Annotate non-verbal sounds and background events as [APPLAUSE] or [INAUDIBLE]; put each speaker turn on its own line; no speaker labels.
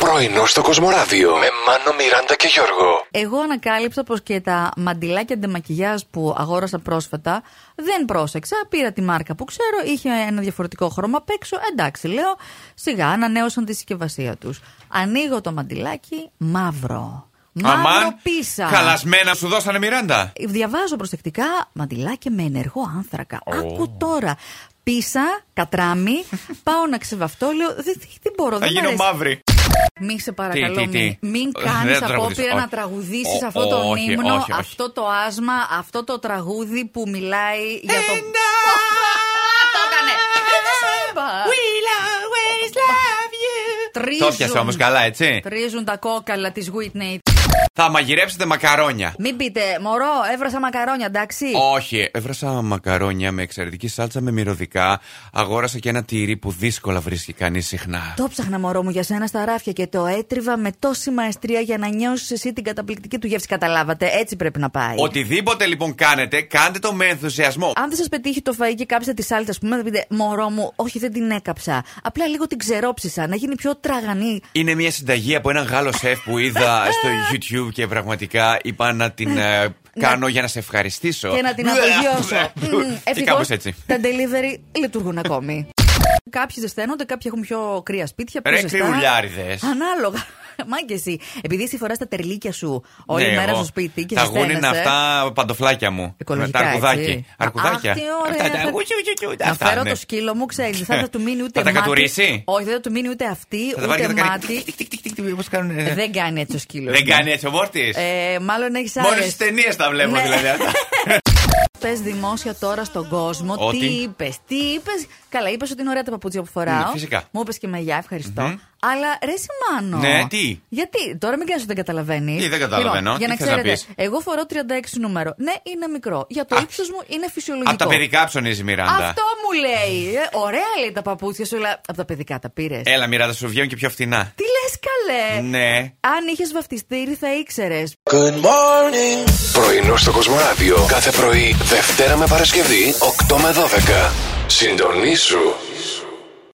Πρωινό στο Κοσμοράδιο με Μάνο, Μιράντα και Γιώργο.
Εγώ ανακάλυψα πως και τα μαντιλάκια αντεμακιγιάζ που αγόρασα πρόσφατα δεν πρόσεξα. Πήρα τη μάρκα που ξέρω, είχε ένα διαφορετικό χρώμα απ' έξω. Εντάξει, λέω, σιγά ανανέωσαν τη συσκευασία τους. Ανοίγω το μαντιλάκι, μαύρο. Μαύρο
Αμάν,
πίσα.
Χαλασμένα σου δώσανε Μιράντα.
Διαβάζω προσεκτικά μαντιλάκια με ενεργό άνθρακα. Άκου τώρα. Πίσα,
[LAUGHS]
κατράμι, πάω να ξεβαφτώ. Λέω, δεν, δεν μπορώ,
Θα
δεν μ'
γίνω
αρέσει.
μαύρη.
Μη σε παρακαλώ,
τι, τι.
μην, μην
Δεν
κάνεις
θα τραγουδήσω.
απόπειρα να
Όχι.
τραγουδήσει
Ο-
αυτό το
όχι,
ύμνο,
όχι, όχι.
αυτό το άσμα, αυτό το τραγούδι που μιλάει για το. Το έκανε! Ε, δεν σου είπα.
Το πιάσε όμω
Τρίζουν,
καλά, έτσι.
τρίζουν τα κόκαλα της Whitney.
Θα μαγειρέψετε μακαρόνια.
Μην πείτε, Μωρό, έβρασα μακαρόνια, εντάξει.
Όχι, έβρασα μακαρόνια με εξαιρετική σάλτσα με μυρωδικά. Αγόρασα και ένα τυρί που δύσκολα βρίσκει κανείς συχνά.
Το ψάχνα, μωρό μου, για σένα στα ράφια και το έτριβα με τόση μαεστρία για να νιώσεις εσύ την καταπληκτική του γεύση. Καταλάβατε, έτσι πρέπει να πάει.
Οτιδήποτε λοιπόν κάνετε, κάντε το με ενθουσιασμό.
Αν δεν σας πετύχει το φαΐ και κάψετε τη σάλτσα, ας πούμε, θα πείτε Μωρό μου, όχι δεν την έκαψα. Απλά λίγο την ξερόψισα, να γίνει πιο τραγανή.
Είναι μια συνταγή από έναν Γάλλο σεφ
[LAUGHS]
που είδα στο YouTube και πραγματικά είπα να την ε, κάνω για να σε ευχαριστήσω.
Ναι. Και να την απογειώσω. Μμμ,
[LAUGHS] Και
ευτυχώς
Ναι. κάπως έτσι.
Τα delivery λειτουργούν ακόμη. Κάποιοι ζεσταίνονται, κάποιοι έχουν πιο κρύα σπίτια. πιο
Ρε
ζεστά.
κρυουλιάριδες.
Ανάλογα. [LAUGHS] Μα και εσύ. Επειδή εσύ φοράς τα τερλίκια σου όλη
Ναι,
μέρα
εγώ.
στο σπίτι και
Τα γούνινα
ζεσταίνεσαι.
αυτά παντοφλάκια μου.
Οικολογικά,
τα αρκουδάκια.
έτσι.
Αρκουδάκια.
Αχ, τι ωραία.
Αυτά τα-
Θα-
ου, ου, ου, ου,
Να
αυτά,
φέρω
ναι.
το σκύλο μου, ξέρεις. Δεν θα του μείνει ούτε
Θα τα
μάτι.
κατουρίσει?
Όχι, δεν θα του μείνει ούτε αυτή,
Θα τα πάρει και
ούτε
θα κάνει.
μάτι.
τικ, τικ, τικ, τικ, τικ, όπως κάνουν, ε,
Δεν κάνει έτσι ο σκύλος.
Δεν κάνει έτσι ο Μόρτης.
Ε, μάλλον έχεις
Μόνος
άλλε.
στις ταινίες τα βλέπω
Ναι.
δηλαδή.
[LAUGHS]
αυτά.
Πες δημόσια τώρα στον κόσμο
Ότι.
τι είπες, τι είπες. Καλά, είπες ότι είναι ωραία τα παπούτσια που φοράω.
Ναι, φυσικά.
Μου είπες και μαγιά, ευχαριστώ. Αλλά ρε Σιμάνο.
Ναι, τι?
Γιατί τώρα μην κάνει ότι δεν καταλαβαίνεις.
Τι, δεν καταλαβαίνω.
Λοιπόν, για
Τι
να
θες να
ξέρετε,
πεις?
εγώ φορώ 36 νούμερο. Ναι, είναι μικρό. Για το
Α,
ύψος μου είναι φυσιολογικό.
Από τα παιδικά ψωνίζει η Μιράντα.
Λοιπόν. Αυτό μου λέει. Ε, ωραία λέει τα παπούτσια σου, αλλά από τα παιδικά τα πήρες.
Έλα, Μιράντα, σου βγαίνουν και πιο φτηνά.
Τι λες, καλέ.
Ε. Ναι.
Αν είχες βαφτιστήρι, θα ήξερες.
Πρωινό στο Κοσμοράδιο κάθε πρωί, Δευτέρα με Παρασκευή, 8 με 12. Συντονίσου